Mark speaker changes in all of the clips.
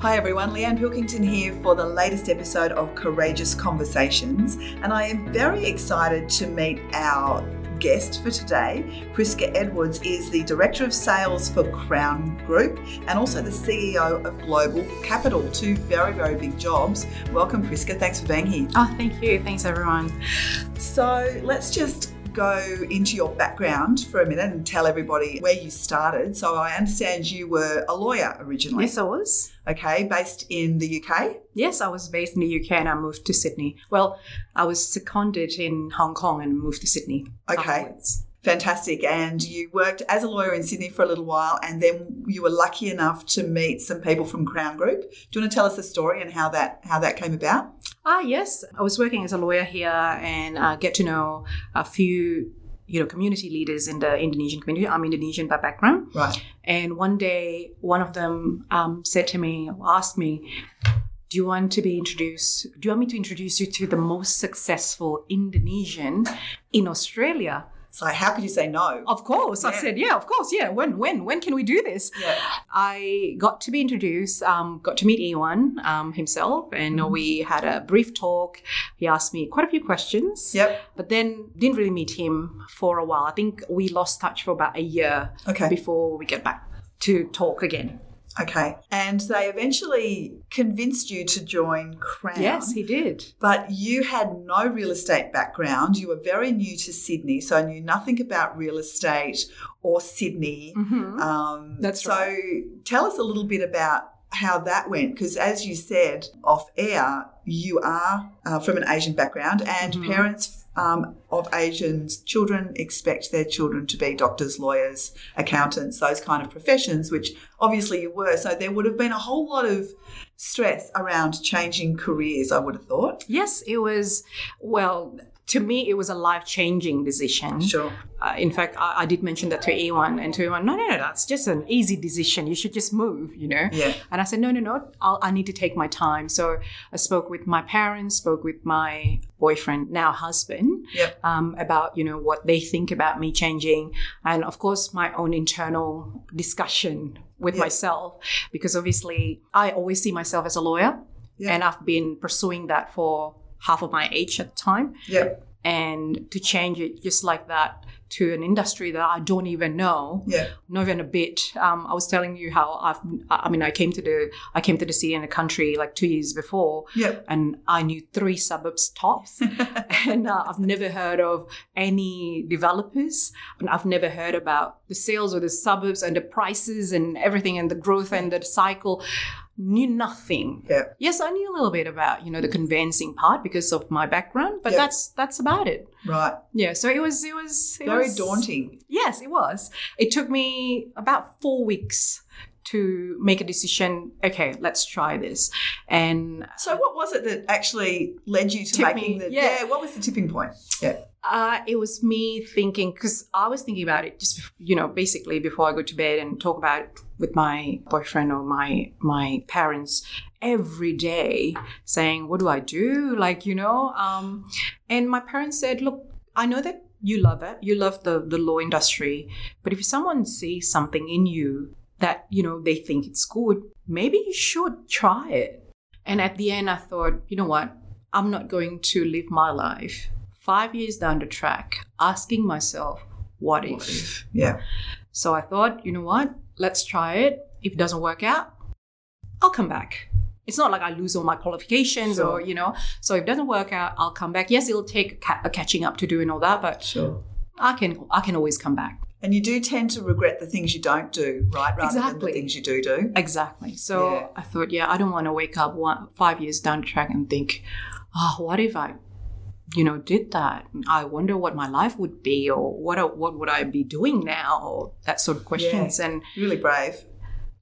Speaker 1: Hi everyone, Leanne Pilkington here for the latest episode of Courageous Conversations, and I am very excited to meet our guest for today. Priska Edwards is the Director of Sales for Crown Group and also the CEO of Global Capital, two very, very big jobs. Welcome, Priska. Thanks for being here.
Speaker 2: Oh, thank you. Thanks, everyone.
Speaker 1: So let's just go into your background for a minute and tell everybody where you started. So I understand you were a lawyer originally.
Speaker 2: Yes, I was.
Speaker 1: Okay, based in the UK.
Speaker 2: Yes, I was based in the UK and I moved to Sydney. Well, I was seconded in Hong Kong and moved to Sydney.
Speaker 1: Okay.
Speaker 2: afterwards.
Speaker 1: Fantastic. And you worked as a lawyer in Sydney for a little while, and then you were lucky enough to meet some people from Crown Group. Do you want to tell us the story and how that how that came about?
Speaker 2: Ah, yes. I was working as a lawyer here and uh, get to know a few, you know, community leaders in the Indonesian community. I'm Indonesian by background.
Speaker 1: Right.
Speaker 2: And one day, one of them um, said to me, asked me, Do you want to be introduced? Do you want me to introduce you to the most successful Indonesian in Australia?
Speaker 1: So how could you say no?
Speaker 2: Of course. I
Speaker 1: Yeah.
Speaker 2: said, Yeah, of course. Yeah. When, when, when can we do this?
Speaker 1: Yeah.
Speaker 2: I got to be introduced, um, got to meet Ewan um, himself, and
Speaker 1: Mhm.
Speaker 2: we had a brief talk. He asked me quite a few questions,
Speaker 1: Yep.
Speaker 2: but then didn't really meet him for a while. I think we lost touch for about a year
Speaker 1: Okay.
Speaker 2: before we get back to talk again.
Speaker 1: Okay. And they eventually convinced you to join Crown.
Speaker 2: Yes, he did.
Speaker 1: But you had no real estate background. You were very new to Sydney, so knew nothing about real estate or Sydney.
Speaker 2: Mhm.
Speaker 1: Um,
Speaker 2: That's
Speaker 1: so tell us a little bit about how that went, because as you said off air, you are uh, from an Asian background, and
Speaker 2: Mhm.
Speaker 1: parents um, of Asians children expect their children to be doctors, lawyers, accountants, those kind of professions, which obviously you were. So there would have been a whole lot of stress around changing careers. I would have thought.
Speaker 2: Yes, it was. Well, to me, it was a life changing decision.
Speaker 1: Sure.
Speaker 2: Uh, in fact, I, I did mention that to Ewan, and to Ewan, no, no, no, that's just an easy decision. You should just move, you know?
Speaker 1: Yeah.
Speaker 2: And I said, no, no, no, I'll, I need to take my time. So I spoke with my parents, spoke with my boyfriend, now husband,
Speaker 1: Yep.
Speaker 2: um, about, you know, what they think about me changing. And of course, my own internal discussion with
Speaker 1: Yep.
Speaker 2: myself, because obviously I always see myself as a lawyer
Speaker 1: Yeah.
Speaker 2: and I've been pursuing that for half of my age at the time.
Speaker 1: Yeah.
Speaker 2: And to change it just like that to an industry that I don't even know
Speaker 1: Yeah.
Speaker 2: not even a bit. Um, I was telling you how I've, I mean, I came to the, I came to the sea in the country like two years before,
Speaker 1: Yeah.
Speaker 2: and I knew three suburbs tops, and uh, I've never heard of any developers, and I've never heard about the sales or the suburbs and the prices and everything and the growth and the cycle. Knew nothing.
Speaker 1: Yeah.
Speaker 2: Yes, I knew a little bit about you know the conveyancing part because of my background, but
Speaker 1: Yeah.
Speaker 2: that's that's about it.
Speaker 1: Right.
Speaker 2: Yeah. So it was it was it
Speaker 1: Very
Speaker 2: was-
Speaker 1: daunting.
Speaker 2: Yes, it was. It took me about four weeks to make a decision. Okay, let's try this. And
Speaker 1: So, what was it that actually led you to
Speaker 2: Tipped
Speaker 1: making
Speaker 2: me,
Speaker 1: the?
Speaker 2: yeah.
Speaker 1: What was the tipping point? Yeah.
Speaker 2: uh, it was me thinking because I was thinking about it just you know basically before I go to bed and talk about it with my boyfriend or my my parents every day, saying what do I do? Like you know, um, and my parents said, look, I know that you love it, you love the the law industry, but if someone sees something in you that you know they think it's good, maybe you should try it. And at the end, I thought, you know what? I'm not going to live my life five years down the track asking myself, what if?
Speaker 1: Yeah.
Speaker 2: So I thought, you know what? Let's try it. If it doesn't work out, I'll come back. It's not like I lose all my qualifications
Speaker 1: Sure.
Speaker 2: or, you know, so if it doesn't work out, I'll come back. Yes, it'll take ca- a catching up to do and all that, but
Speaker 1: Sure.
Speaker 2: I can, I can always come back.
Speaker 1: And you do tend to regret the things you don't do, right? Rather than the
Speaker 2: Exactly.
Speaker 1: things you do do.
Speaker 2: Exactly. So
Speaker 1: Yeah.
Speaker 2: I thought, yeah, I don't want to wake up one, five years down the track and think, oh, what if I, you know, did that? I wonder what my life would be, or what I- what would I be doing now, or that sort of questions. And
Speaker 1: Really brave.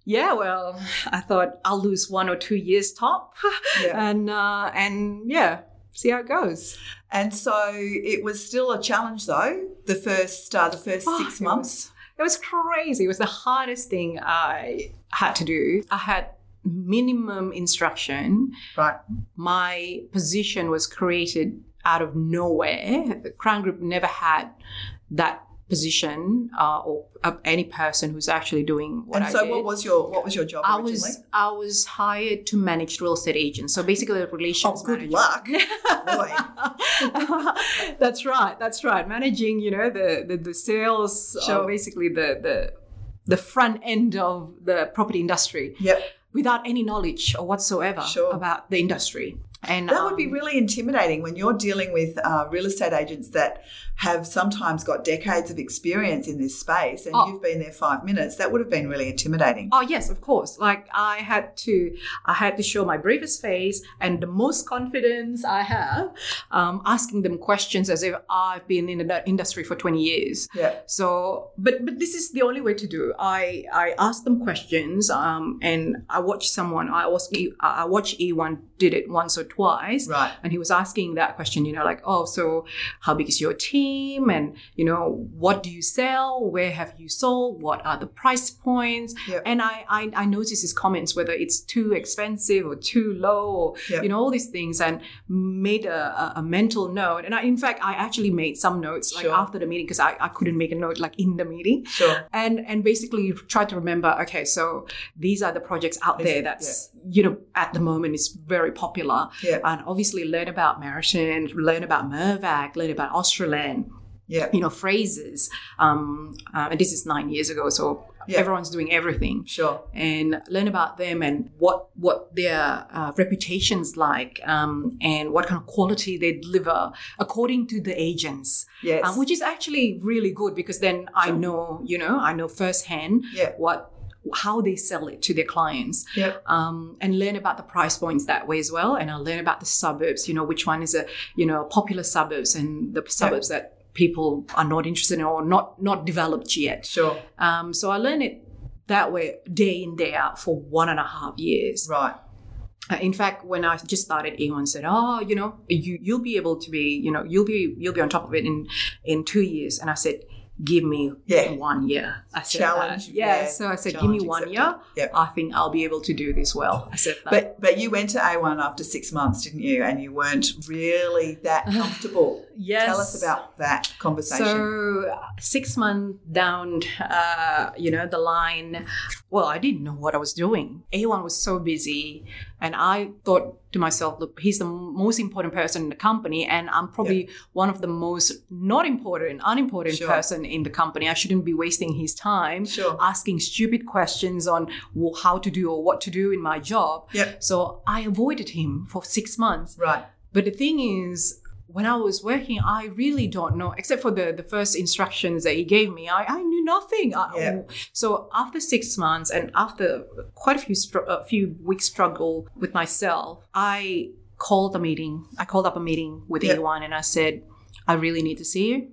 Speaker 2: yeah, well, I thought I'll lose one or two years top,
Speaker 1: Yeah.
Speaker 2: and uh, and yeah, see how it goes.
Speaker 1: And so it was still a challenge, though. The first, uh, the first
Speaker 2: Oh,
Speaker 1: six
Speaker 2: it
Speaker 1: months.
Speaker 2: It was crazy. It was the hardest thing I had to do. I had minimum instruction.
Speaker 1: Right.
Speaker 2: my position was created out of nowhere. The Crown Group never had that position uh, or uh, any person who's actually doing what
Speaker 1: and
Speaker 2: I
Speaker 1: so,
Speaker 2: did.
Speaker 1: what was your what was your job
Speaker 2: I
Speaker 1: originally?
Speaker 2: was I was hired to manage real estate agents. So basically, a relations.
Speaker 1: oh, good
Speaker 2: manager.
Speaker 1: luck. Boy.
Speaker 2: that's right. That's right. Managing, you know, the the, the sales, uh,
Speaker 1: Sure.
Speaker 2: basically the the the front end of the property industry
Speaker 1: Yep.
Speaker 2: without any knowledge or whatsoever
Speaker 1: Sure.
Speaker 2: about the industry. And
Speaker 1: That would be
Speaker 2: um,
Speaker 1: really intimidating when you're dealing with uh, real estate agents that have sometimes got decades of experience in this space and
Speaker 2: Oh.
Speaker 1: you've been there five minutes. That would have been really intimidating.
Speaker 2: Oh yes, of course. Like I had to, I had to show my bravest face and the most confidence I have, um, asking them questions as if I've been in the industry for twenty years.
Speaker 1: Yeah.
Speaker 2: So, but but this is the only way to do. I I asked them questions, um, and I watched someone. I was E- I watched E one did it once or twice,
Speaker 1: Right.
Speaker 2: and he was asking that question. You know, like, oh, so how big is your team, and you know, what do you sell? Where have you sold? What are the price points?
Speaker 1: Yep.
Speaker 2: And I I, I noticed his comments whether it's too expensive or too low or
Speaker 1: Yep.
Speaker 2: you know all these things, and made a, a, a mental note. And I, in fact, I actually made some notes like
Speaker 1: Sure.
Speaker 2: after the meeting because I, I couldn't make a note like in the meeting
Speaker 1: Sure.
Speaker 2: and and basically try to remember okay so these are the projects out
Speaker 1: This-
Speaker 2: there that's you know at the moment is very popular
Speaker 1: Yeah.
Speaker 2: and obviously learn about Marathon, learn about Mervac, learn about Australand
Speaker 1: Yeah.
Speaker 2: you know phrases um, uh, and this is nine years ago so
Speaker 1: Yeah.
Speaker 2: everyone's doing everything
Speaker 1: Sure.
Speaker 2: and learn about them and what what their uh, reputations like um, and what kind of quality they deliver according to the agents
Speaker 1: Yes.
Speaker 2: um, which is actually really good because then I know, you know, I know firsthand
Speaker 1: Yeah.
Speaker 2: what how they sell it to their clients
Speaker 1: Yeah.
Speaker 2: um, and learn about the price points that way as well and i'll learn about the suburbs you know which one is a you know popular suburbs and the suburbs that people are not interested in or not not developed yet
Speaker 1: Sure.
Speaker 2: um, so i learned it that way day in day out for one and a half years
Speaker 1: Right.
Speaker 2: uh, in fact, when I just started, Ewan said, "Oh, you know, you you'll be able to be, you know, you'll be you'll be on top of it in in two years." And I said, "Give me
Speaker 1: Yeah.
Speaker 2: one year." I said,
Speaker 1: Challenge,
Speaker 2: that. Yeah.
Speaker 1: yeah.
Speaker 2: So I said,
Speaker 1: Challenge
Speaker 2: "Give me one
Speaker 1: accepted.
Speaker 2: year.
Speaker 1: Yep.
Speaker 2: I think I'll be able to do this well." I said that.
Speaker 1: But but you went to A1 after six months, didn't you? And you weren't really that comfortable.
Speaker 2: yes.
Speaker 1: Tell us about that conversation.
Speaker 2: So uh, six months down, uh, you know, the line. Well, I didn't know what I was doing. A1 was so busy, and I thought to myself, look, he's the most important person in the company, and I'm probably one of the most not important, unimportant
Speaker 1: Sure.
Speaker 2: person in the company. I shouldn't be wasting his time
Speaker 1: Sure.
Speaker 2: asking stupid questions on well, how to do or what to do in my job.
Speaker 1: Yep.
Speaker 2: So I avoided him for six months.
Speaker 1: right.
Speaker 2: But the thing is, when I was working, I really don't know, except for the, the first instructions that he gave me, I, I knew nothing. I-
Speaker 1: Yeah.
Speaker 2: So after six months and after quite a few, str- a few weeks struggle with myself, I called a meeting. I called up a meeting with
Speaker 1: Yeah.
Speaker 2: A1 and I said, I really need to see you.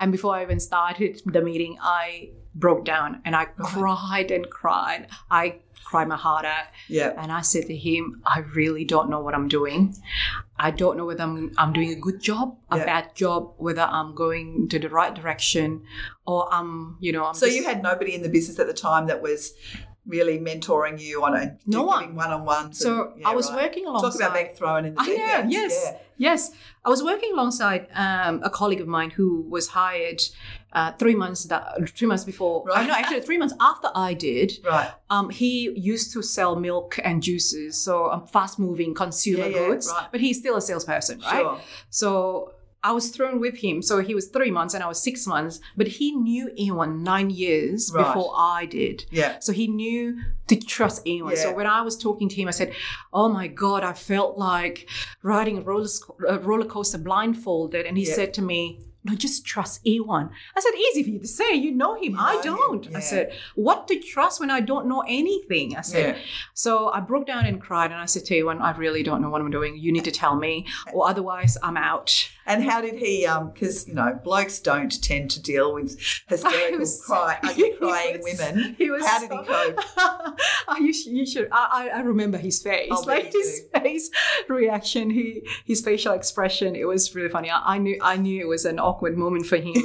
Speaker 2: And before I even started the meeting, I broke down and I cried and cried. I cried my heart out.
Speaker 1: Yeah.
Speaker 2: And I said to him, I really don't know what I'm doing. I don't know whether I'm, I'm doing a good job, a
Speaker 1: Yeah.
Speaker 2: bad job, whether I'm going to the right direction, or I'm, you know, I'm.
Speaker 1: So
Speaker 2: just-
Speaker 1: you had nobody in the business at the time that was really mentoring you on a
Speaker 2: No one.
Speaker 1: giving one on one.
Speaker 2: So I was working alongside.
Speaker 1: Talk about being thrown in the
Speaker 2: I
Speaker 1: deep
Speaker 2: know.
Speaker 1: end.
Speaker 2: Yes, yes. I was working alongside um, a colleague of mine who was hired uh, three months that, three months before. uh,
Speaker 1: Right.
Speaker 2: No, actually, three months after I did.
Speaker 1: Yeah. Right.
Speaker 2: Um, he used to sell milk and juices, so um, fast-moving consumer
Speaker 1: Yeah, yeah,
Speaker 2: goods.
Speaker 1: right.
Speaker 2: But he's still a salesperson, right?
Speaker 1: Sure.
Speaker 2: So I was thrown with him. So he was three months and I was six months, but he knew anyone nine years
Speaker 1: Right.
Speaker 2: before I did.
Speaker 1: Yeah.
Speaker 2: So he knew to trust anyone. So
Speaker 1: Yeah.
Speaker 2: when I was talking to him, I said, "Oh my God, I felt like riding a roller, sco- a roller coaster blindfolded." And he
Speaker 1: Yeah.
Speaker 2: said to me, "No, just trust anyone." I said, "Easy for you to say. You know
Speaker 1: You
Speaker 2: him.
Speaker 1: know
Speaker 2: I
Speaker 1: him,
Speaker 2: don't."
Speaker 1: yeah.
Speaker 2: I said, "What to trust when I don't know anything?" I said,
Speaker 1: Yeah.
Speaker 2: so I broke down and cried, and I said to you, "I really don't know what I'm doing. You need to tell me, or otherwise I'm out."
Speaker 1: And how did he? Because you know, blokes don't tend to deal with hysterical,
Speaker 2: was-
Speaker 1: cry,
Speaker 2: he
Speaker 1: ugly crying
Speaker 2: was-
Speaker 1: women.
Speaker 2: he was
Speaker 1: how did he
Speaker 2: so-
Speaker 1: cope?
Speaker 2: Oh, you, should, you should. I, I I remember his face,
Speaker 1: I'll bet
Speaker 2: like
Speaker 1: you
Speaker 2: his face reaction, he his facial expression. It was really funny. I, I knew I knew it was an awkward moment for him.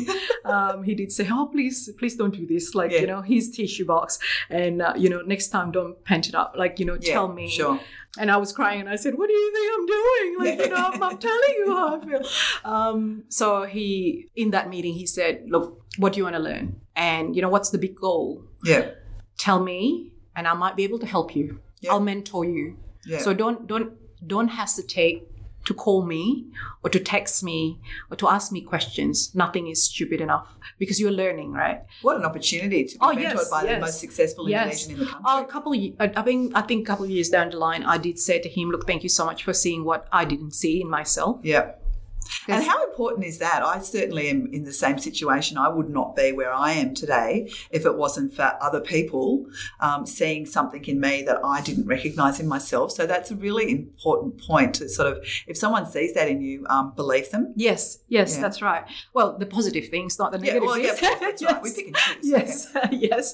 Speaker 2: um, he did say, "Oh, please, please don't do this." Like
Speaker 1: Yeah.
Speaker 2: you know, his tissue box, and uh, you know, next time don't pant it up. Like you know,
Speaker 1: Yeah,
Speaker 2: tell me.
Speaker 1: Sure.
Speaker 2: and I was crying and I said, What do you think I'm doing? Like, you know, I'm, I'm telling you how I feel. Um, so he, in that meeting, he said, Look, what do you want to learn? And, you know, what's the big goal?
Speaker 1: Yeah.
Speaker 2: Tell me, and I might be able to help you.
Speaker 1: Yeah.
Speaker 2: I'll mentor you.
Speaker 1: Yeah.
Speaker 2: So don't don't don't hesitate to call me or to text me or to ask me questions. Nothing is stupid enough because you're learning, right?
Speaker 1: what an opportunity to be
Speaker 2: Oh,
Speaker 1: mentored
Speaker 2: yes,
Speaker 1: by the
Speaker 2: yes.
Speaker 1: most successful
Speaker 2: Yes.
Speaker 1: Indonesian in the country.
Speaker 2: Oh, a couple. Of, ye- I I think I think a couple of years down the line, I did say to him, "Look, thank you so much for seeing what I didn't see in myself."
Speaker 1: yeah. And
Speaker 2: Yes.
Speaker 1: how important is that? I certainly am in the same situation. I would not be where I am today if it wasn't for other people um, seeing something in me that I didn't recognize in myself. So that's a really important point to sort of, if someone sees that in you, um, believe them.
Speaker 2: Yes, yes,
Speaker 1: Yeah.
Speaker 2: that's right. Well, the positive things, not the
Speaker 1: Yeah,
Speaker 2: negative
Speaker 1: well, yeah,
Speaker 2: things.
Speaker 1: that's right. We
Speaker 2: Yes.
Speaker 1: pick and choose.
Speaker 2: Yes, yes.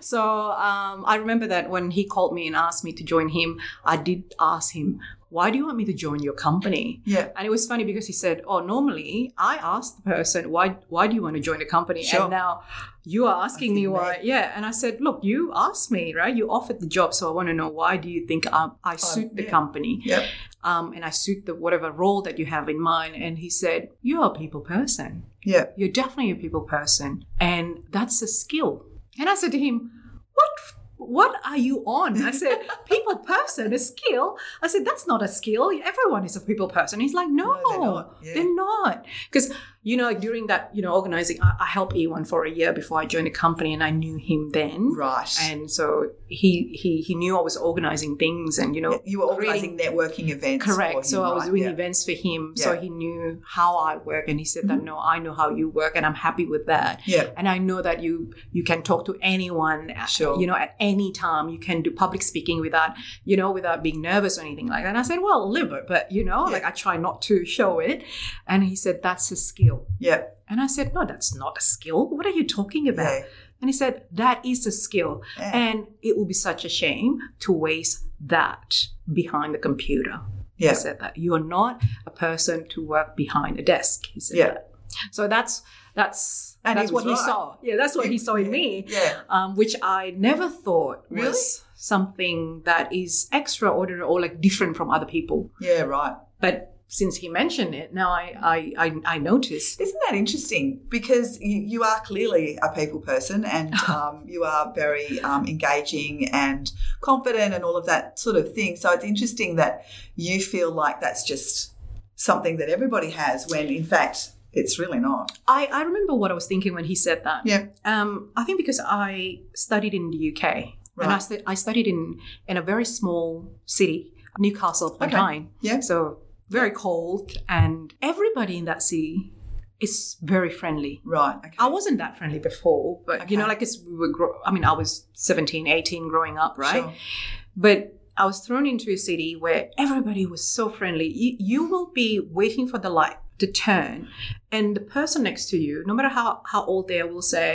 Speaker 2: So um, I remember that when he called me and asked me to join him, I did ask him, "Why do you want me to join your company?"
Speaker 1: Yeah.
Speaker 2: And it was funny because he said, "Oh, normally I ask the person why why do you want to join the company,
Speaker 1: Sure.
Speaker 2: and now you are asking me
Speaker 1: Asking me.
Speaker 2: why." Yeah, and I said, "Look, you asked me, right? You offered the job, so I want to know why do you think I, I suit the
Speaker 1: Oh, yeah.
Speaker 2: company,
Speaker 1: Yep.
Speaker 2: um, and I suit the whatever role that you have in mind?" And he said, "You're a people person."
Speaker 1: Yeah.
Speaker 2: you're definitely a people person and that's a skill and i said to him what what are you on i said people person a skill i said that's not a skill everyone is a people person he's like no,
Speaker 1: No, they're not. Yeah.
Speaker 2: they're not because you know during that you know organizing I, I helped e1 for a year before i joined the company and i knew him then
Speaker 1: Right.
Speaker 2: and so he he he knew i was organizing things and you know
Speaker 1: you were
Speaker 2: creating-
Speaker 1: organising networking events. for him,
Speaker 2: Correct. So I was
Speaker 1: right?
Speaker 2: doing
Speaker 1: Yeah.
Speaker 2: events for him. So he knew how I work and he said that
Speaker 1: Mhm.
Speaker 2: no, I know how you work and I'm happy with that.
Speaker 1: Yeah.
Speaker 2: And I know that you you can talk to anyone uh,
Speaker 1: Sure.
Speaker 2: you know at any time. You can do public speaking without, you know, without being nervous or anything like that. And I said, Well, a little bit, but you know,
Speaker 1: Yeah.
Speaker 2: like I try not to show it. And he said, That's a skill.
Speaker 1: Yeah.
Speaker 2: And I said, No, that's not a skill. What are you talking
Speaker 1: Yeah.
Speaker 2: about? And he said, That is a skill.
Speaker 1: Yeah.
Speaker 2: And it would be such a shame to waste that behind the computer.
Speaker 1: Yeah.
Speaker 2: He said that you're not a person to work behind a desk. He said
Speaker 1: Yeah.
Speaker 2: that. So that's that's
Speaker 1: And he was
Speaker 2: that's what he
Speaker 1: right.
Speaker 2: saw. Yeah, that's what he saw in
Speaker 1: Yeah.
Speaker 2: me,
Speaker 1: Yeah.
Speaker 2: um, which I never thought
Speaker 1: Really?
Speaker 2: was something that is extraordinary or like different from other people.
Speaker 1: Yeah. Right.
Speaker 2: But since he mentioned it, now I I I, I noticed.
Speaker 1: Isn't that interesting? Because you, you are clearly a people person and um, you are very um, engaging and confident and all of that sort of thing. So it's interesting that you feel like that's just something that everybody has when in fact it's really not.
Speaker 2: I I remember what I was thinking when he said that.
Speaker 1: Yeah.
Speaker 2: Um, I think because I studied in the UK. And I,
Speaker 1: Right.
Speaker 2: stu- I studied in, in a very small city, Newcastle upon
Speaker 1: Okay.
Speaker 2: Tyne.
Speaker 1: Yeah.
Speaker 2: So very cold, and everybody in that city is very friendly.
Speaker 1: Right. Okay.
Speaker 2: I wasn't that friendly before, but you know,
Speaker 1: Okay.
Speaker 2: like it's, we were, grow- I mean, I was 17, 18 growing up, right?
Speaker 1: Sure.
Speaker 2: But I was thrown into a city where everybody was so friendly. You, you will be waiting for the light to turn, and the person next to you, no matter how, how old they are, will say,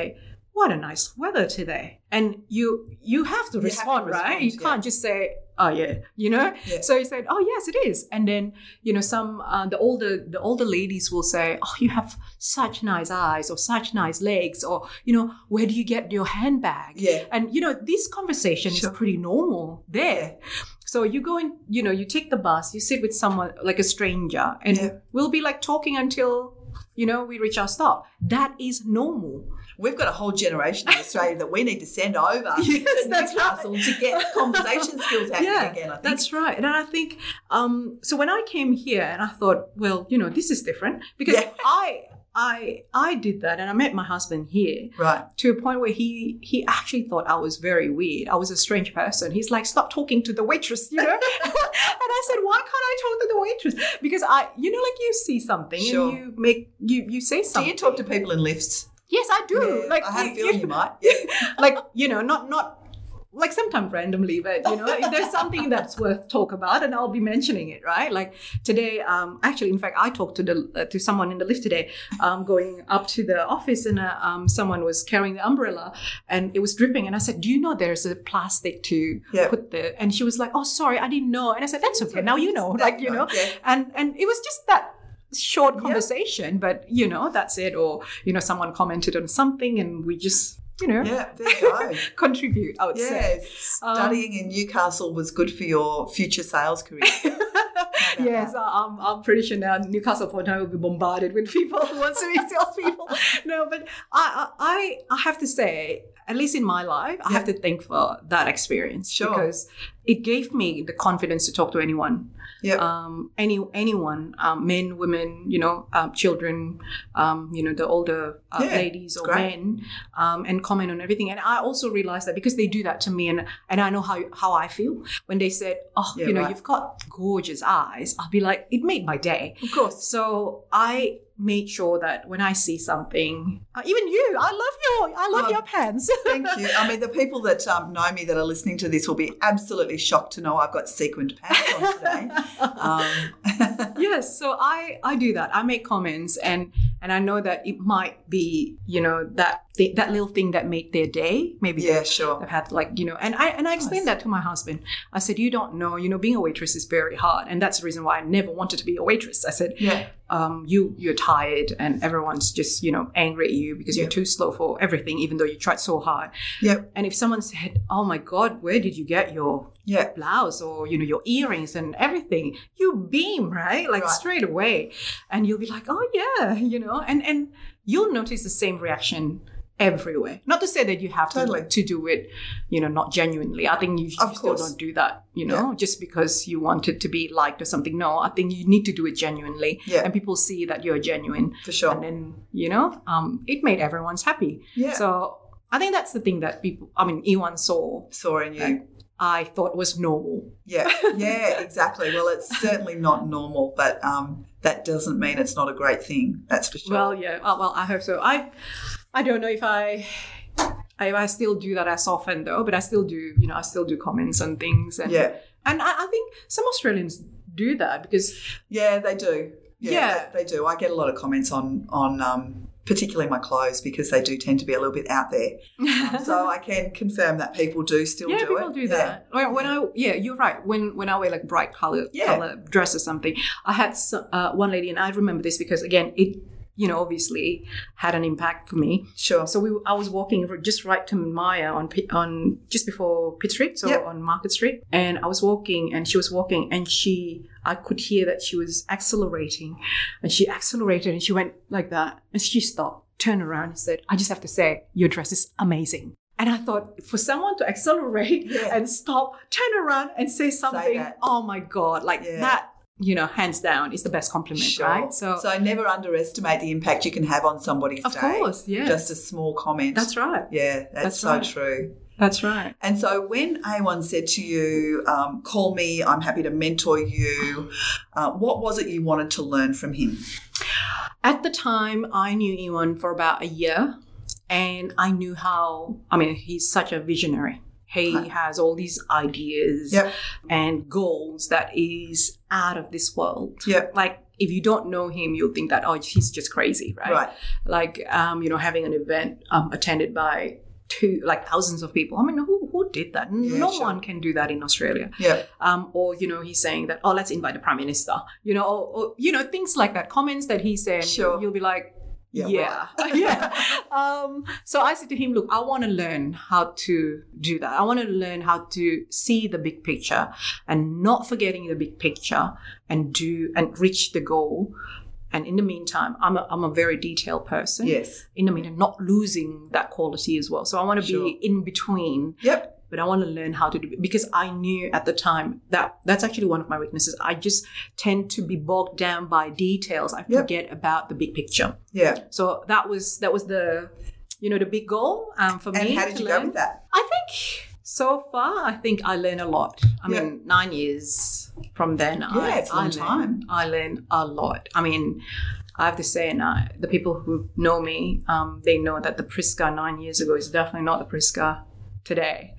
Speaker 2: what a nice weather today. And you you have to
Speaker 1: You have to
Speaker 2: respond, right?
Speaker 1: respond,
Speaker 2: You
Speaker 1: yeah.
Speaker 2: can't just say, oh yeah, you know?
Speaker 1: Yeah.
Speaker 2: So he said, "Oh yes, it is." And then you know, some uh, the older the older ladies will say, "Oh, you have such nice eyes, or such nice legs, or you know, where do you get your handbag?"
Speaker 1: Yeah.
Speaker 2: And you know, this conversation
Speaker 1: Sure.
Speaker 2: is pretty normal there. So you go and you know, you take the bus, you sit with someone like a stranger, and
Speaker 1: Yeah.
Speaker 2: we'll be like talking until you know we reach our stop. That is normal.
Speaker 1: We've got a whole generation in Australia that we need to send over
Speaker 2: Yes,
Speaker 1: to
Speaker 2: that's right.
Speaker 1: Newcastle to get conversation skills happening
Speaker 2: Yeah,
Speaker 1: again. I think.
Speaker 2: That's right. And I think um, so when I came here and I thought, well, you know, this is different because
Speaker 1: Yeah.
Speaker 2: I I I did that and I met my husband here
Speaker 1: right.
Speaker 2: to a point where he he actually thought I was very weird. I was a strange person. He's like, stop talking to the waitress, you know? and I said, why can't I talk to the waitress? Because I you know, like you see something
Speaker 1: Sure.
Speaker 2: and you make you you say
Speaker 1: Do
Speaker 2: something.
Speaker 1: you talk to people in lifts?
Speaker 2: yes, I do.
Speaker 1: Yeah,
Speaker 2: like
Speaker 1: I had a
Speaker 2: you-
Speaker 1: feeling
Speaker 2: you-
Speaker 1: you might.
Speaker 2: like you know not not like sometimes randomly but you know if there's something that's worth talk about and i'll be mentioning it right like today um actually in fact i talked to the uh, to someone in the lift today um going up to the office and uh, um someone was carrying the umbrella and it was dripping and i said do you know there's a plastic to
Speaker 1: Yeah.
Speaker 2: put the and she was like oh sorry i didn't know and i said that's okay now you know like you know
Speaker 1: Yeah.
Speaker 2: and and it was just that short
Speaker 1: Yeah.
Speaker 2: conversation but you know that's it or you know someone commented on something and we just you know
Speaker 1: Yeah, there you go.
Speaker 2: contribute, I would say.
Speaker 1: yes.
Speaker 2: Um,
Speaker 1: Studying in Newcastle was good for your future sales career. about
Speaker 2: yes,
Speaker 1: that.
Speaker 2: I- um, I'm, I'm pretty sure now Newcastle upon Tyne will be bombarded with people who want to be salespeople. No, but I, I, I have to say, at least in my life, I
Speaker 1: Yeah.
Speaker 2: have to thank for that experience
Speaker 1: Sure.
Speaker 2: because it gave me the confidence to talk to anyone,
Speaker 1: Yep.
Speaker 2: um, any anyone, um, men, women, you know, um, children, um, you know, the older uh,
Speaker 1: Yeah,
Speaker 2: ladies or
Speaker 1: great.
Speaker 2: men, um, and comment on everything. And I also realized that because they do that to me, and and I know how how I feel when they said, "Oh,
Speaker 1: Yeah,
Speaker 2: you know,
Speaker 1: right.
Speaker 2: you've got gorgeous eyes," I'll be like, "It made my day."
Speaker 1: of course.
Speaker 2: So I made sure that when I see something, uh, even you, I love your, I love
Speaker 1: Oh,
Speaker 2: your pants.
Speaker 1: Thank you. I mean, the people that um, know me that are listening to this will be absolutely shocked to know I've got sequined pants on today. Um,
Speaker 2: yes, so I I do that. I make comments and and I know that it might be you know that th- that little thing that made their day. Maybe
Speaker 1: yeah,
Speaker 2: they-
Speaker 1: sure.
Speaker 2: they've had like you know and I and I explained that to my husband. I said you don't know you know being a waitress is very hard and that's the reason why I never wanted to be a waitress. I said
Speaker 1: Yeah,
Speaker 2: um, you you're tired and everyone's just you know angry at you because
Speaker 1: Yeah.
Speaker 2: you're too slow for everything even though you tried so hard
Speaker 1: Yep.
Speaker 2: and if someone said oh my god where did you get your
Speaker 1: yeah,
Speaker 2: blouse or you know your earrings and everything you beam right like
Speaker 1: Right.
Speaker 2: straight away and you'll be like oh yeah you know and and you'll notice the same reaction everywhere not to say that you have
Speaker 1: Totally.
Speaker 2: to, to do it you know not genuinely i think you, you
Speaker 1: Of
Speaker 2: still
Speaker 1: course.
Speaker 2: don't do that you know just because you want it to be liked or something no i think you need to do it genuinely
Speaker 1: Yeah.
Speaker 2: and people see that you're genuine
Speaker 1: for sure.
Speaker 2: and then you know um, it made everyone's happy
Speaker 1: yeah,
Speaker 2: so i think that's the thing that people i mean ewan saw
Speaker 1: saw in you.
Speaker 2: Like- i thought was normal
Speaker 1: Yeah, yeah, exactly. Well, it's certainly not normal, but um, that doesn't mean it's not a great thing. That's for sure.
Speaker 2: Well, yeah. Oh, well, I hope so. I, I don't know if I, I, I still do that as often though. But I still do. You know, I still do comments on things. And,
Speaker 1: yeah,
Speaker 2: And I, I think some Australians do that because
Speaker 1: yeah, they do. Yeah,
Speaker 2: Yeah.
Speaker 1: They, they do. I get a lot of comments on on um, particularly my clothes because they do tend to be a little bit out there. Um, so I can confirm that people do still
Speaker 2: yeah,
Speaker 1: do
Speaker 2: people
Speaker 1: it.
Speaker 2: do that. When, when I yeah, you're right. When when I wear like bright color
Speaker 1: Yeah.
Speaker 2: color dress or something, I had so, uh, one lady, and I remember this because again it. You know, obviously, had an impact for me.
Speaker 1: Sure.
Speaker 2: So we, I was walking r- just right to Maya on Pi- on just before Pitt Street, so
Speaker 1: Yep.
Speaker 2: on Market Street, and I was walking, and she was walking, and she, I could hear that she was accelerating, and she accelerated, and she went like that, and she stopped, turned around, and said, "I just have to say, your dress is amazing." And I thought, for someone to accelerate
Speaker 1: Yeah.
Speaker 2: and stop, turn around and say something,
Speaker 1: that.
Speaker 2: oh my god, like
Speaker 1: Yeah.
Speaker 2: that, you know, hands down is the best compliment,
Speaker 1: Sure.
Speaker 2: right? So,
Speaker 1: So never underestimate the impact you can have on somebody's
Speaker 2: of
Speaker 1: day.
Speaker 2: course, yeah,
Speaker 1: Just a small comment.
Speaker 2: that's right,
Speaker 1: Yeah, that's,
Speaker 2: That's
Speaker 1: so
Speaker 2: right.
Speaker 1: true.
Speaker 2: that's right.
Speaker 1: And so when A1 said to you, um, call me, I'm happy to mentor you, uh, what was it you wanted to learn from him?
Speaker 2: At the time, I knew Ewan for about a year, and I knew how. I mean, he's such a visionary. He
Speaker 1: Right.
Speaker 2: has all these ideas
Speaker 1: Yep.
Speaker 2: and goals that is out of this world.
Speaker 1: Yep.
Speaker 2: Like, if you don't know him, you'll think that, oh, he's just crazy, right?
Speaker 1: Right.
Speaker 2: Like, um, you know, having an event um, attended by two, like thousands of people. I mean, who, who did that?
Speaker 1: Yeah,
Speaker 2: no
Speaker 1: sure.
Speaker 2: one can do that in Australia.
Speaker 1: Yeah.
Speaker 2: Um, or, you know, he's saying that, oh, let's invite the prime minister, you know, or, or you know, things like that. Comments that he said,
Speaker 1: Sure.
Speaker 2: you'll be like,
Speaker 1: Yeah.
Speaker 2: yeah,
Speaker 1: right.
Speaker 2: yeah. Um, so I said to him, "Look, I want to learn how to do that. I want to learn how to see the big picture, and not forgetting the big picture, and do and reach the goal. And in the meantime, I'm a, I'm a very detailed person.
Speaker 1: Yes.
Speaker 2: In the meantime, not losing that quality as well. So I want to
Speaker 1: Sure.
Speaker 2: be in between."
Speaker 1: Yep.
Speaker 2: But I want to learn how to do it because I knew at the time that that's actually one of my weaknesses. I just tend to be bogged down by details. I
Speaker 1: Yep.
Speaker 2: forget about the big picture.
Speaker 1: Yeah.
Speaker 2: So that was that was the you know the big goal um, for me.
Speaker 1: And how did
Speaker 2: to
Speaker 1: you
Speaker 2: learn.
Speaker 1: go with that?
Speaker 2: I think so far I think I learn a lot. I
Speaker 1: Yeah.
Speaker 2: mean nine years from then.
Speaker 1: Yeah,
Speaker 2: I,
Speaker 1: it's a long
Speaker 2: I learn,
Speaker 1: time.
Speaker 2: I learn a lot. I mean. I have to say, and I, the people who know me, um, they know that the Priska nine years ago is definitely not the Priska today.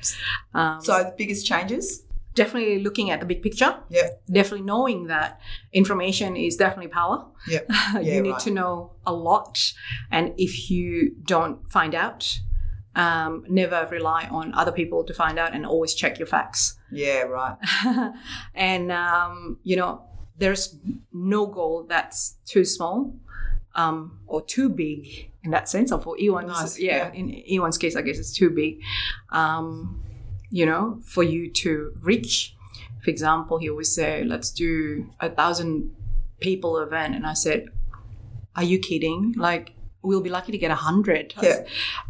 Speaker 2: Um,
Speaker 1: So the biggest changes?
Speaker 2: definitely looking at the big picture.
Speaker 1: Yep.
Speaker 2: Definitely knowing that information is definitely power.
Speaker 1: Yep. Yeah,
Speaker 2: you need
Speaker 1: right.
Speaker 2: to know a lot, and if you don't find out, um, never rely on other people to find out, and always check your facts.
Speaker 1: Yeah, right.
Speaker 2: and um, you know, there's no goal that's too small. Um, or too big in that sense, or for E Ewan's,
Speaker 1: Nice,
Speaker 2: yeah, in E Ewan's case, I guess it's too big, um, you know, for you to reach. For example, he always say, "Let's do a thousand people event," and I said, "Are you kidding? Like." We'll be lucky to get a hundred,
Speaker 1: Yeah.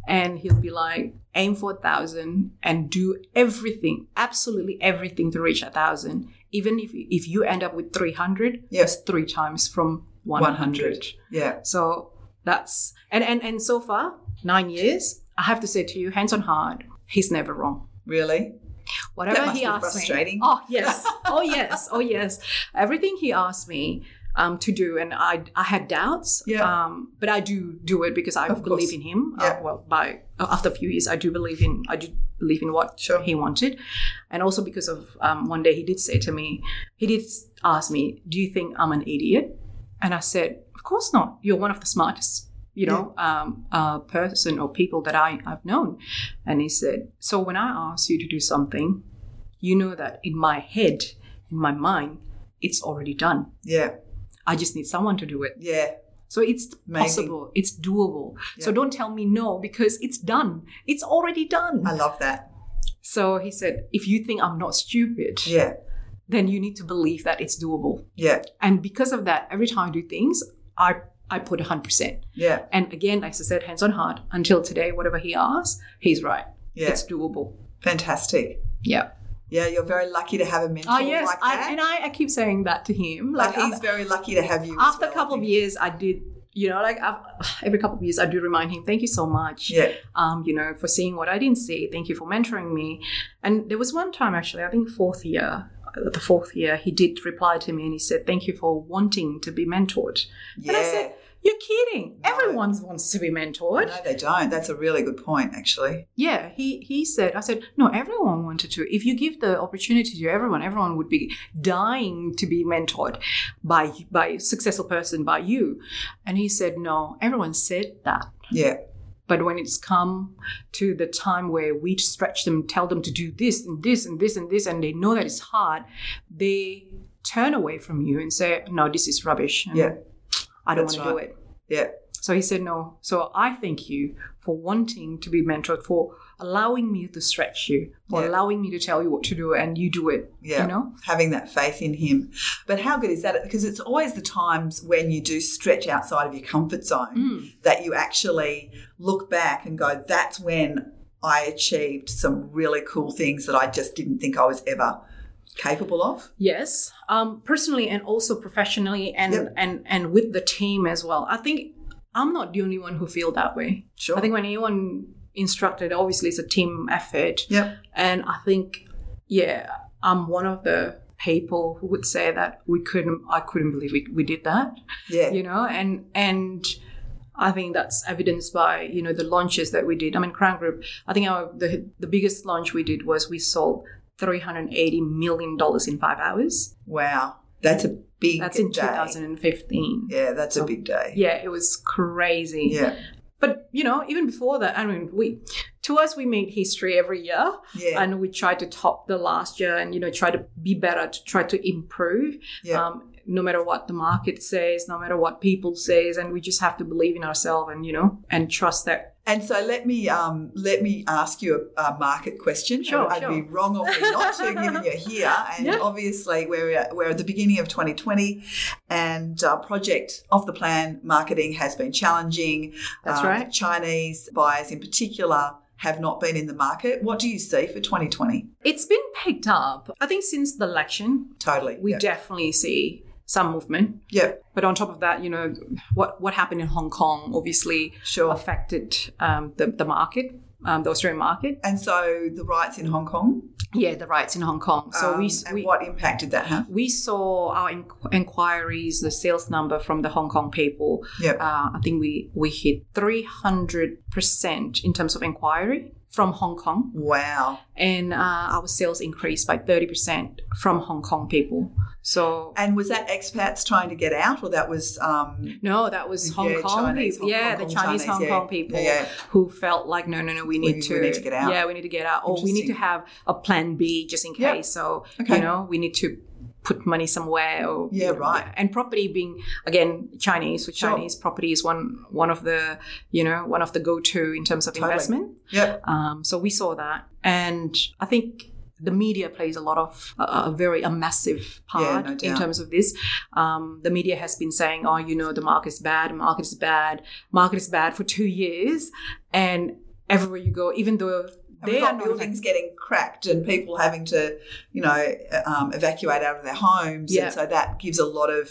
Speaker 2: and he'll be like, aim for a thousand and do everything, absolutely everything to reach a thousand. Even if if you end up with three hundred,
Speaker 1: Yeah.
Speaker 2: that's three times from one
Speaker 1: 100.
Speaker 2: hundred.
Speaker 1: Yeah.
Speaker 2: So that's and and and so far nine years. I have to say to you, hands on heart, he's never wrong.
Speaker 1: Really?
Speaker 2: Whatever
Speaker 1: That must
Speaker 2: he
Speaker 1: be
Speaker 2: asks
Speaker 1: frustrating.
Speaker 2: me. Oh yes, oh yes, oh yes. Everything he asked me um, to do, and I I had doubts.
Speaker 1: Yeah.
Speaker 2: Um, but I do do it because I
Speaker 1: Of course.
Speaker 2: believe in him. Uh,
Speaker 1: Yeah.
Speaker 2: well, by after a few years, I do believe in I do believe in what
Speaker 1: Sure.
Speaker 2: he wanted, and also because of um, one day he did say to me, he did ask me, "Do you think I'm an idiot?" And I said, "Of course not. You're one of the smartest." You know, um, uh, person or people that I, I've known. And he said, So when I ask you to do something, you know that in my head, in my mind, it's already done.
Speaker 1: Yeah.
Speaker 2: I just need someone to do it.
Speaker 1: Yeah.
Speaker 2: So it's
Speaker 1: Amazing.
Speaker 2: possible, it's doable. So
Speaker 1: Yeah.
Speaker 2: don't tell me no because it's done. It's already done.
Speaker 1: I love that.
Speaker 2: So he said, if you think I'm not stupid,
Speaker 1: Yeah.
Speaker 2: then you need to believe that it's doable.
Speaker 1: Yeah.
Speaker 2: And because of that, every time I do things, I I put 100%.
Speaker 1: Yeah.
Speaker 2: And again, as I said, hands on heart, until today, whatever he asks, he's right.
Speaker 1: Yeah.
Speaker 2: It's doable.
Speaker 1: Fantastic.
Speaker 2: Yeah.
Speaker 1: Yeah, you're very lucky to have a mentor
Speaker 2: Oh, yes.
Speaker 1: like that.
Speaker 2: I, and I, I keep saying that to him.
Speaker 1: like
Speaker 2: Like,
Speaker 1: he's
Speaker 2: af-
Speaker 1: very lucky to have you. as
Speaker 2: after a
Speaker 1: well,
Speaker 2: couple
Speaker 1: I
Speaker 2: of
Speaker 1: think.
Speaker 2: years, I did, you know, like i every couple of years, I do remind him, thank you so much,
Speaker 1: Yeah.
Speaker 2: um, you know, for seeing what I didn't see. Thank you for mentoring me. And there was one time, actually, I think fourth year, uh, the fourth year, he did reply to me and he said, thank you for wanting to be mentored.
Speaker 1: Yeah.
Speaker 2: And I said, you're kidding.
Speaker 1: No.
Speaker 2: Everyone wants to be mentored.
Speaker 1: no, they don't. That's a really good point, actually.
Speaker 2: Yeah, he he said. I said, no, everyone wanted to. If you give the opportunity to everyone, everyone would be dying to be mentored by by a successful person by you. And he said, no, everyone said that.
Speaker 1: Yeah.
Speaker 2: But when it's come to the time where we stretch them, tell them to do this and this and this and this, and they know that it's hard, they turn away from you and say, no, this is rubbish. and
Speaker 1: Yeah.
Speaker 2: I don't
Speaker 1: That's
Speaker 2: want to do
Speaker 1: right.
Speaker 2: it.
Speaker 1: Yeah.
Speaker 2: So he said, No. So I thank you for wanting to be mentored, for allowing me to stretch you, for
Speaker 1: Yeah.
Speaker 2: allowing me to tell you what to do, and you do it.
Speaker 1: Yeah.
Speaker 2: You know?
Speaker 1: Having that faith in him. But how good is that? Because it's always the times when you do stretch outside of your comfort zone
Speaker 2: Hmm.
Speaker 1: that you actually look back and go, that's when I achieved some really cool things that I just didn't think I was ever capable of.
Speaker 2: Yes. Um, personally and also professionally and,
Speaker 1: Yep.
Speaker 2: and and with the team as well. I think I'm not the only one who feel that way.
Speaker 1: Sure.
Speaker 2: I think when anyone instructed, obviously it's a team effort.
Speaker 1: Yep.
Speaker 2: And I think, yeah, I'm one of the people who would say that we couldn't I couldn't believe we, we did that.
Speaker 1: Yeah.
Speaker 2: you know and and I think that's evidenced by you know the launches that we did. I mean, Crown Group. I think our the the biggest launch we did was we sold three hundred eighty million dollars in five hours.
Speaker 1: Wow. That's a big
Speaker 2: That's in
Speaker 1: day.
Speaker 2: two thousand and fifteen. Yeah.
Speaker 1: Yeah, that's a big day.
Speaker 2: it was crazy.
Speaker 1: Yeah.
Speaker 2: But you know, even before that, I mean, we to us we made history every year,
Speaker 1: Yeah.
Speaker 2: and we try to top the last year, and you know, try to be better, to try to improve.
Speaker 1: Yeah.
Speaker 2: um, no matter what the market says, no matter what people says, and we just have to believe in ourselves and you know and trust that.
Speaker 1: And so let me um, let me ask you a, a market question.
Speaker 2: Sure,
Speaker 1: I'd
Speaker 2: sure.
Speaker 1: be wrong of me not to, given you're here. And
Speaker 2: Yeah.
Speaker 1: obviously, we're at, we're at the beginning of 2020, and uh, project off the plan marketing has been challenging. Um,
Speaker 2: That's right.
Speaker 1: Chinese buyers, in particular, have not been in the market. What do you see for 2020?
Speaker 2: It's been picked up. I think since the election,
Speaker 1: Totally.
Speaker 2: we
Speaker 1: yeah.
Speaker 2: definitely see some movement.
Speaker 1: yeah,
Speaker 2: But on top of that, you know what what happened in Hong Kong obviously
Speaker 1: sure.
Speaker 2: affected um, the the market. Um, the Australian market,
Speaker 1: And so the rights in Hong Kong.
Speaker 2: yeah, the rights in Hong Kong. So
Speaker 1: um,
Speaker 2: we
Speaker 1: and
Speaker 2: we,
Speaker 1: what impact did that have?
Speaker 2: we saw our inqu- inquiries, the sales number from the Hong Kong people.
Speaker 1: Yeah.
Speaker 2: Uh, I think we we hit three hundred percent in terms of inquiry from Hong Kong,
Speaker 1: Wow.
Speaker 2: and uh, our sales increased by thirty percent from Hong Kong people. So.
Speaker 1: And was that expats trying to get out, or that was um,
Speaker 2: no, that was Hong
Speaker 1: Yeah,
Speaker 2: Kong
Speaker 1: Chinese,
Speaker 2: people.
Speaker 1: Hong-
Speaker 2: yeah,
Speaker 1: Hong
Speaker 2: the
Speaker 1: Kong,
Speaker 2: Chinese,
Speaker 1: Chinese,
Speaker 2: Hong
Speaker 1: yeah.
Speaker 2: Kong people
Speaker 1: Yeah, yeah.
Speaker 2: who felt like, no, no, no, we need
Speaker 1: we
Speaker 2: to,
Speaker 1: need to get out.
Speaker 2: Yeah, we need to get out. Or we need to
Speaker 1: Interesting.
Speaker 2: have a plan B just in case.
Speaker 1: Yeah.
Speaker 2: So
Speaker 1: Okay.
Speaker 2: you know, we need to put money somewhere. Or
Speaker 1: Yeah,
Speaker 2: you know,
Speaker 1: right.
Speaker 2: And property being again Chinese, so
Speaker 1: Sure.
Speaker 2: Chinese property is one one of the you know one of the go to in terms of
Speaker 1: Totally.
Speaker 2: investment.
Speaker 1: Yep.
Speaker 2: Um, so we saw that, and I think the media plays a lot of uh, a very a massive part
Speaker 1: no
Speaker 2: in
Speaker 1: doubt.
Speaker 2: terms of this. Um, the media has been saying, "Oh, you know, the market is bad. Market is bad. Market is bad" for two years, and everywhere you go, even though
Speaker 1: And
Speaker 2: they
Speaker 1: we've got
Speaker 2: are not affected-
Speaker 1: buildings getting cracked and people having to, you know, um, evacuate out of their homes.
Speaker 2: Yeah.
Speaker 1: And so that gives a lot of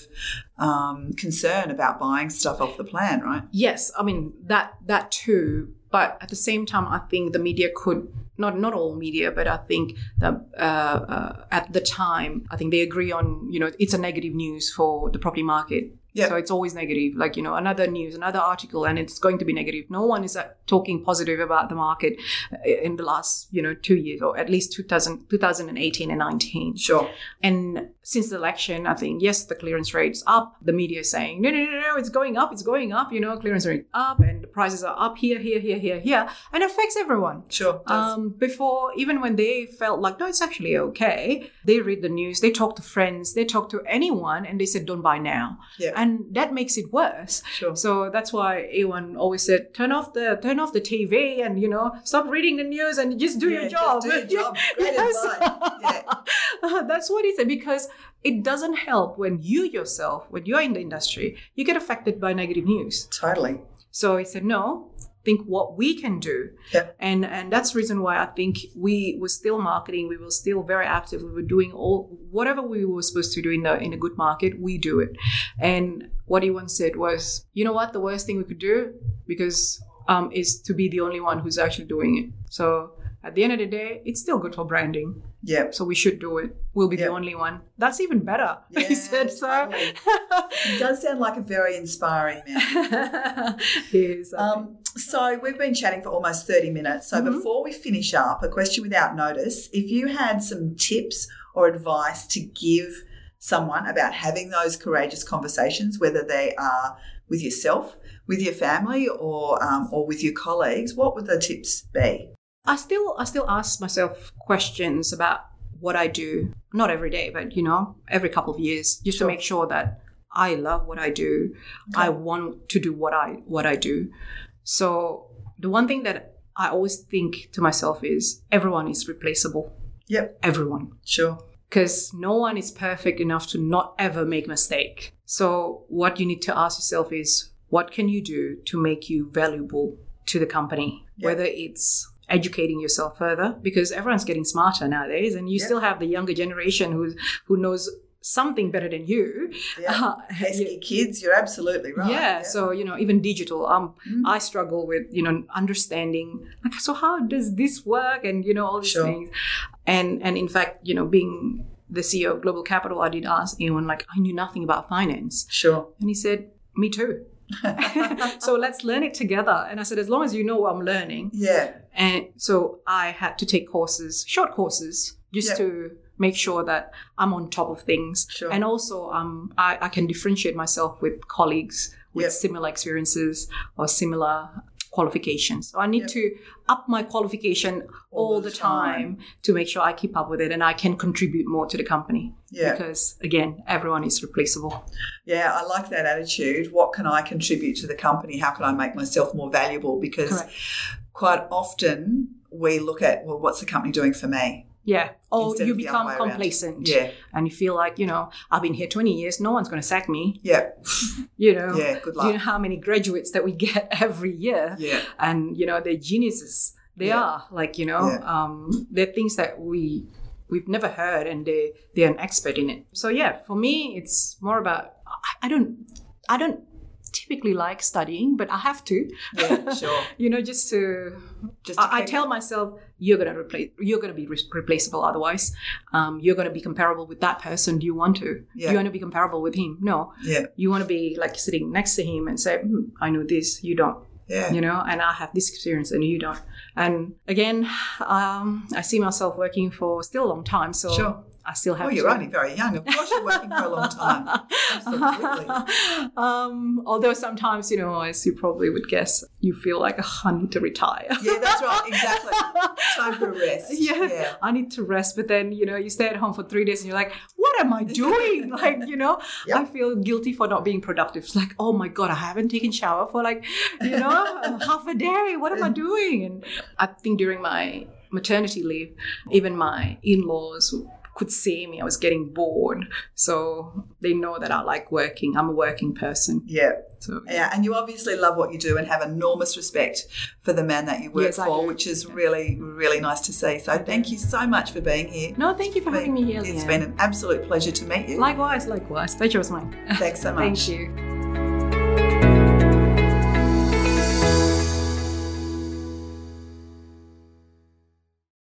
Speaker 1: um, concern about buying stuff off the plan, right?
Speaker 2: Yes, I mean that that too. But at the same time, I think the media could not not all media, but I think that uh, uh, at the time, I think they agree on you know it's a negative news for the property market.
Speaker 1: Yeah.
Speaker 2: So it's always negative, like you know another news, another article, and it's going to be negative. No one is uh, talking positive about the market uh, in the last you know two years or at least 2000, 2018 and 19.
Speaker 1: Sure.
Speaker 2: And since the election, I think, yes, the clearance rate's up. The media is saying, no, no, no, no, it's going up, it's going up, you know, clearance rate up and the prices are up here, here, here, here, here, and affects everyone.
Speaker 1: Sure. Does.
Speaker 2: Um, before, even when they felt like, no, it's actually okay, they read the news, they talk to friends, they talk to anyone, and they said, don't buy now.
Speaker 1: Yeah.
Speaker 2: And that makes it worse.
Speaker 1: sure.
Speaker 2: So that's why A1 always said, turn off the turn off the TV and you know stop reading the news and just do
Speaker 1: Yeah,
Speaker 2: your
Speaker 1: just
Speaker 2: job.
Speaker 1: do your job. Great
Speaker 2: Yes.
Speaker 1: advice.
Speaker 2: That's what he said because it doesn't help when you yourself, when you're in the industry, you get affected by negative news.
Speaker 1: Totally.
Speaker 2: So he said, no, think what we can do.
Speaker 1: Yeah.
Speaker 2: And and that's the reason why I think we were still marketing, we were still very active, we were doing all whatever we were supposed to do in the in a good market, we do it. And what he once said was, you know what, the worst thing we could do because um, is to be the only one who's actually doing it. So at the end of the day, it's still good for branding
Speaker 1: Yeah.
Speaker 2: so we should do it. We'll be
Speaker 1: Yeah.
Speaker 2: the only one. That's even better. he said so.
Speaker 1: totally. It does sound like a very inspiring man.
Speaker 2: He is, I think.
Speaker 1: Um, so we've been chatting for almost 30 minutes. So
Speaker 2: Mhm.
Speaker 1: before we finish up, a question without notice. If you had some tips or advice to give someone about having those courageous conversations, whether they are with yourself, with your family, or um, or with your colleagues, what would the tips be?
Speaker 2: I still I still ask myself questions about what I do. Not every day, but you know, every couple of years, just
Speaker 1: Sure.
Speaker 2: to make sure that I love what I do. I want to do what I what I do. So the one thing that I always think to myself is everyone is replaceable.
Speaker 1: Yep.
Speaker 2: Everyone.
Speaker 1: Sure.
Speaker 2: because no one is perfect enough to not ever make mistake so what you need to ask yourself is what can you do to make you valuable to the company
Speaker 1: Yeah.
Speaker 2: whether it's educating yourself further because everyone's getting smarter nowadays and you
Speaker 1: Yeah.
Speaker 2: still have the younger generation who who knows something better than you
Speaker 1: Yeah.
Speaker 2: Uh,
Speaker 1: Pesky kids, you're absolutely right.
Speaker 2: yeah, so you know, even digital, um,
Speaker 1: Mm.
Speaker 2: I struggle with you know understanding. Like, so how does this work? And you know all these
Speaker 1: Sure.
Speaker 2: things, and and in fact, you know, being the CEO of Global Capital, I did ask anyone like I knew nothing about finance,
Speaker 1: sure.
Speaker 2: and he said, "Me too." so let's learn it together. And I said, as long as you know what I'm learning,
Speaker 1: yeah.
Speaker 2: and so I had to take courses, short courses, just
Speaker 1: Yeah.
Speaker 2: to make sure that I'm on top of things.
Speaker 1: Sure.
Speaker 2: And also, um, I, I can differentiate myself with colleagues with
Speaker 1: Yeah.
Speaker 2: similar experiences or similar qualifications. So I need
Speaker 1: Yeah.
Speaker 2: to up my qualification all, the time. to make sure I keep up with it and I can contribute more to the company.
Speaker 1: Yeah.
Speaker 2: Because again, everyone is replaceable.
Speaker 1: Yeah, I like that attitude. What can I contribute to the company? How can I make myself more valuable? Because
Speaker 2: Correct.
Speaker 1: quite often we look at, well, what's the company doing for me?
Speaker 2: Yeah. Or
Speaker 1: Instead
Speaker 2: you
Speaker 1: of the other
Speaker 2: become
Speaker 1: way around.
Speaker 2: complacent
Speaker 1: Yeah,
Speaker 2: and you feel like, you know, I've been here 20 years, no one's going to sack me,
Speaker 1: yeah,
Speaker 2: you know.
Speaker 1: yeah. Good
Speaker 2: you know
Speaker 1: luck.
Speaker 2: how many graduates that we get every year
Speaker 1: Yeah,
Speaker 2: and you know they're geniuses they
Speaker 1: Yeah.
Speaker 2: are like you know
Speaker 1: Yeah.
Speaker 2: um, they're things that we we've never heard and they they're an expert in it so yeah for me it's more about I- i don't i don't typically like studying but i have to
Speaker 1: yeah, sure.
Speaker 2: you know just to
Speaker 1: Just to
Speaker 2: I, I
Speaker 1: keep-
Speaker 2: tell myself you're gonna replace. You're gonna be re- replaceable. Otherwise, um, you're gonna be comparable with that person. Do you want to?
Speaker 1: Yeah.
Speaker 2: Do you want to be comparable with him? No.
Speaker 1: Yeah.
Speaker 2: You want to be like sitting next to him and say, hmm, "I know this. You don't.
Speaker 1: Yeah,
Speaker 2: You know, and I have this experience, and you don't." And again, um, I see myself working for still a long time. So
Speaker 1: sure.
Speaker 2: I still have.
Speaker 1: Well,
Speaker 2: to-
Speaker 1: you're only very young. Of course, you're working for a long time. Absolutely.
Speaker 2: um, although sometimes, you know, as you probably would guess, you feel like "Ugh, I need to retire.
Speaker 1: Yeah, that's right. Exactly. Time for a rest.
Speaker 2: Yeah.
Speaker 1: yeah.
Speaker 2: I need to rest. But then, you know, you stay at home for three days and you're like, what am I doing? like, you know,
Speaker 1: Yep.
Speaker 2: I feel guilty for not being productive. It's like, oh my God, I haven't taken shower for like, you know, half a day. What am I doing? And I think during my maternity leave, even my in laws could see me. I was getting bored. So they know that I like working. I'm a working person.
Speaker 1: Yeah.
Speaker 2: So
Speaker 1: Yeah, and you obviously love what you do and have enormous respect for the man that you work
Speaker 2: Yes, I
Speaker 1: for,
Speaker 2: do.
Speaker 1: which is really, really nice to see. So thank you so much for being here.
Speaker 2: No, thank you for having me here.
Speaker 1: It's
Speaker 2: Leanne.
Speaker 1: been an absolute pleasure to meet you.
Speaker 2: likewise, likewise. Pleasure was mine.
Speaker 1: Thanks so much.
Speaker 2: Thank you.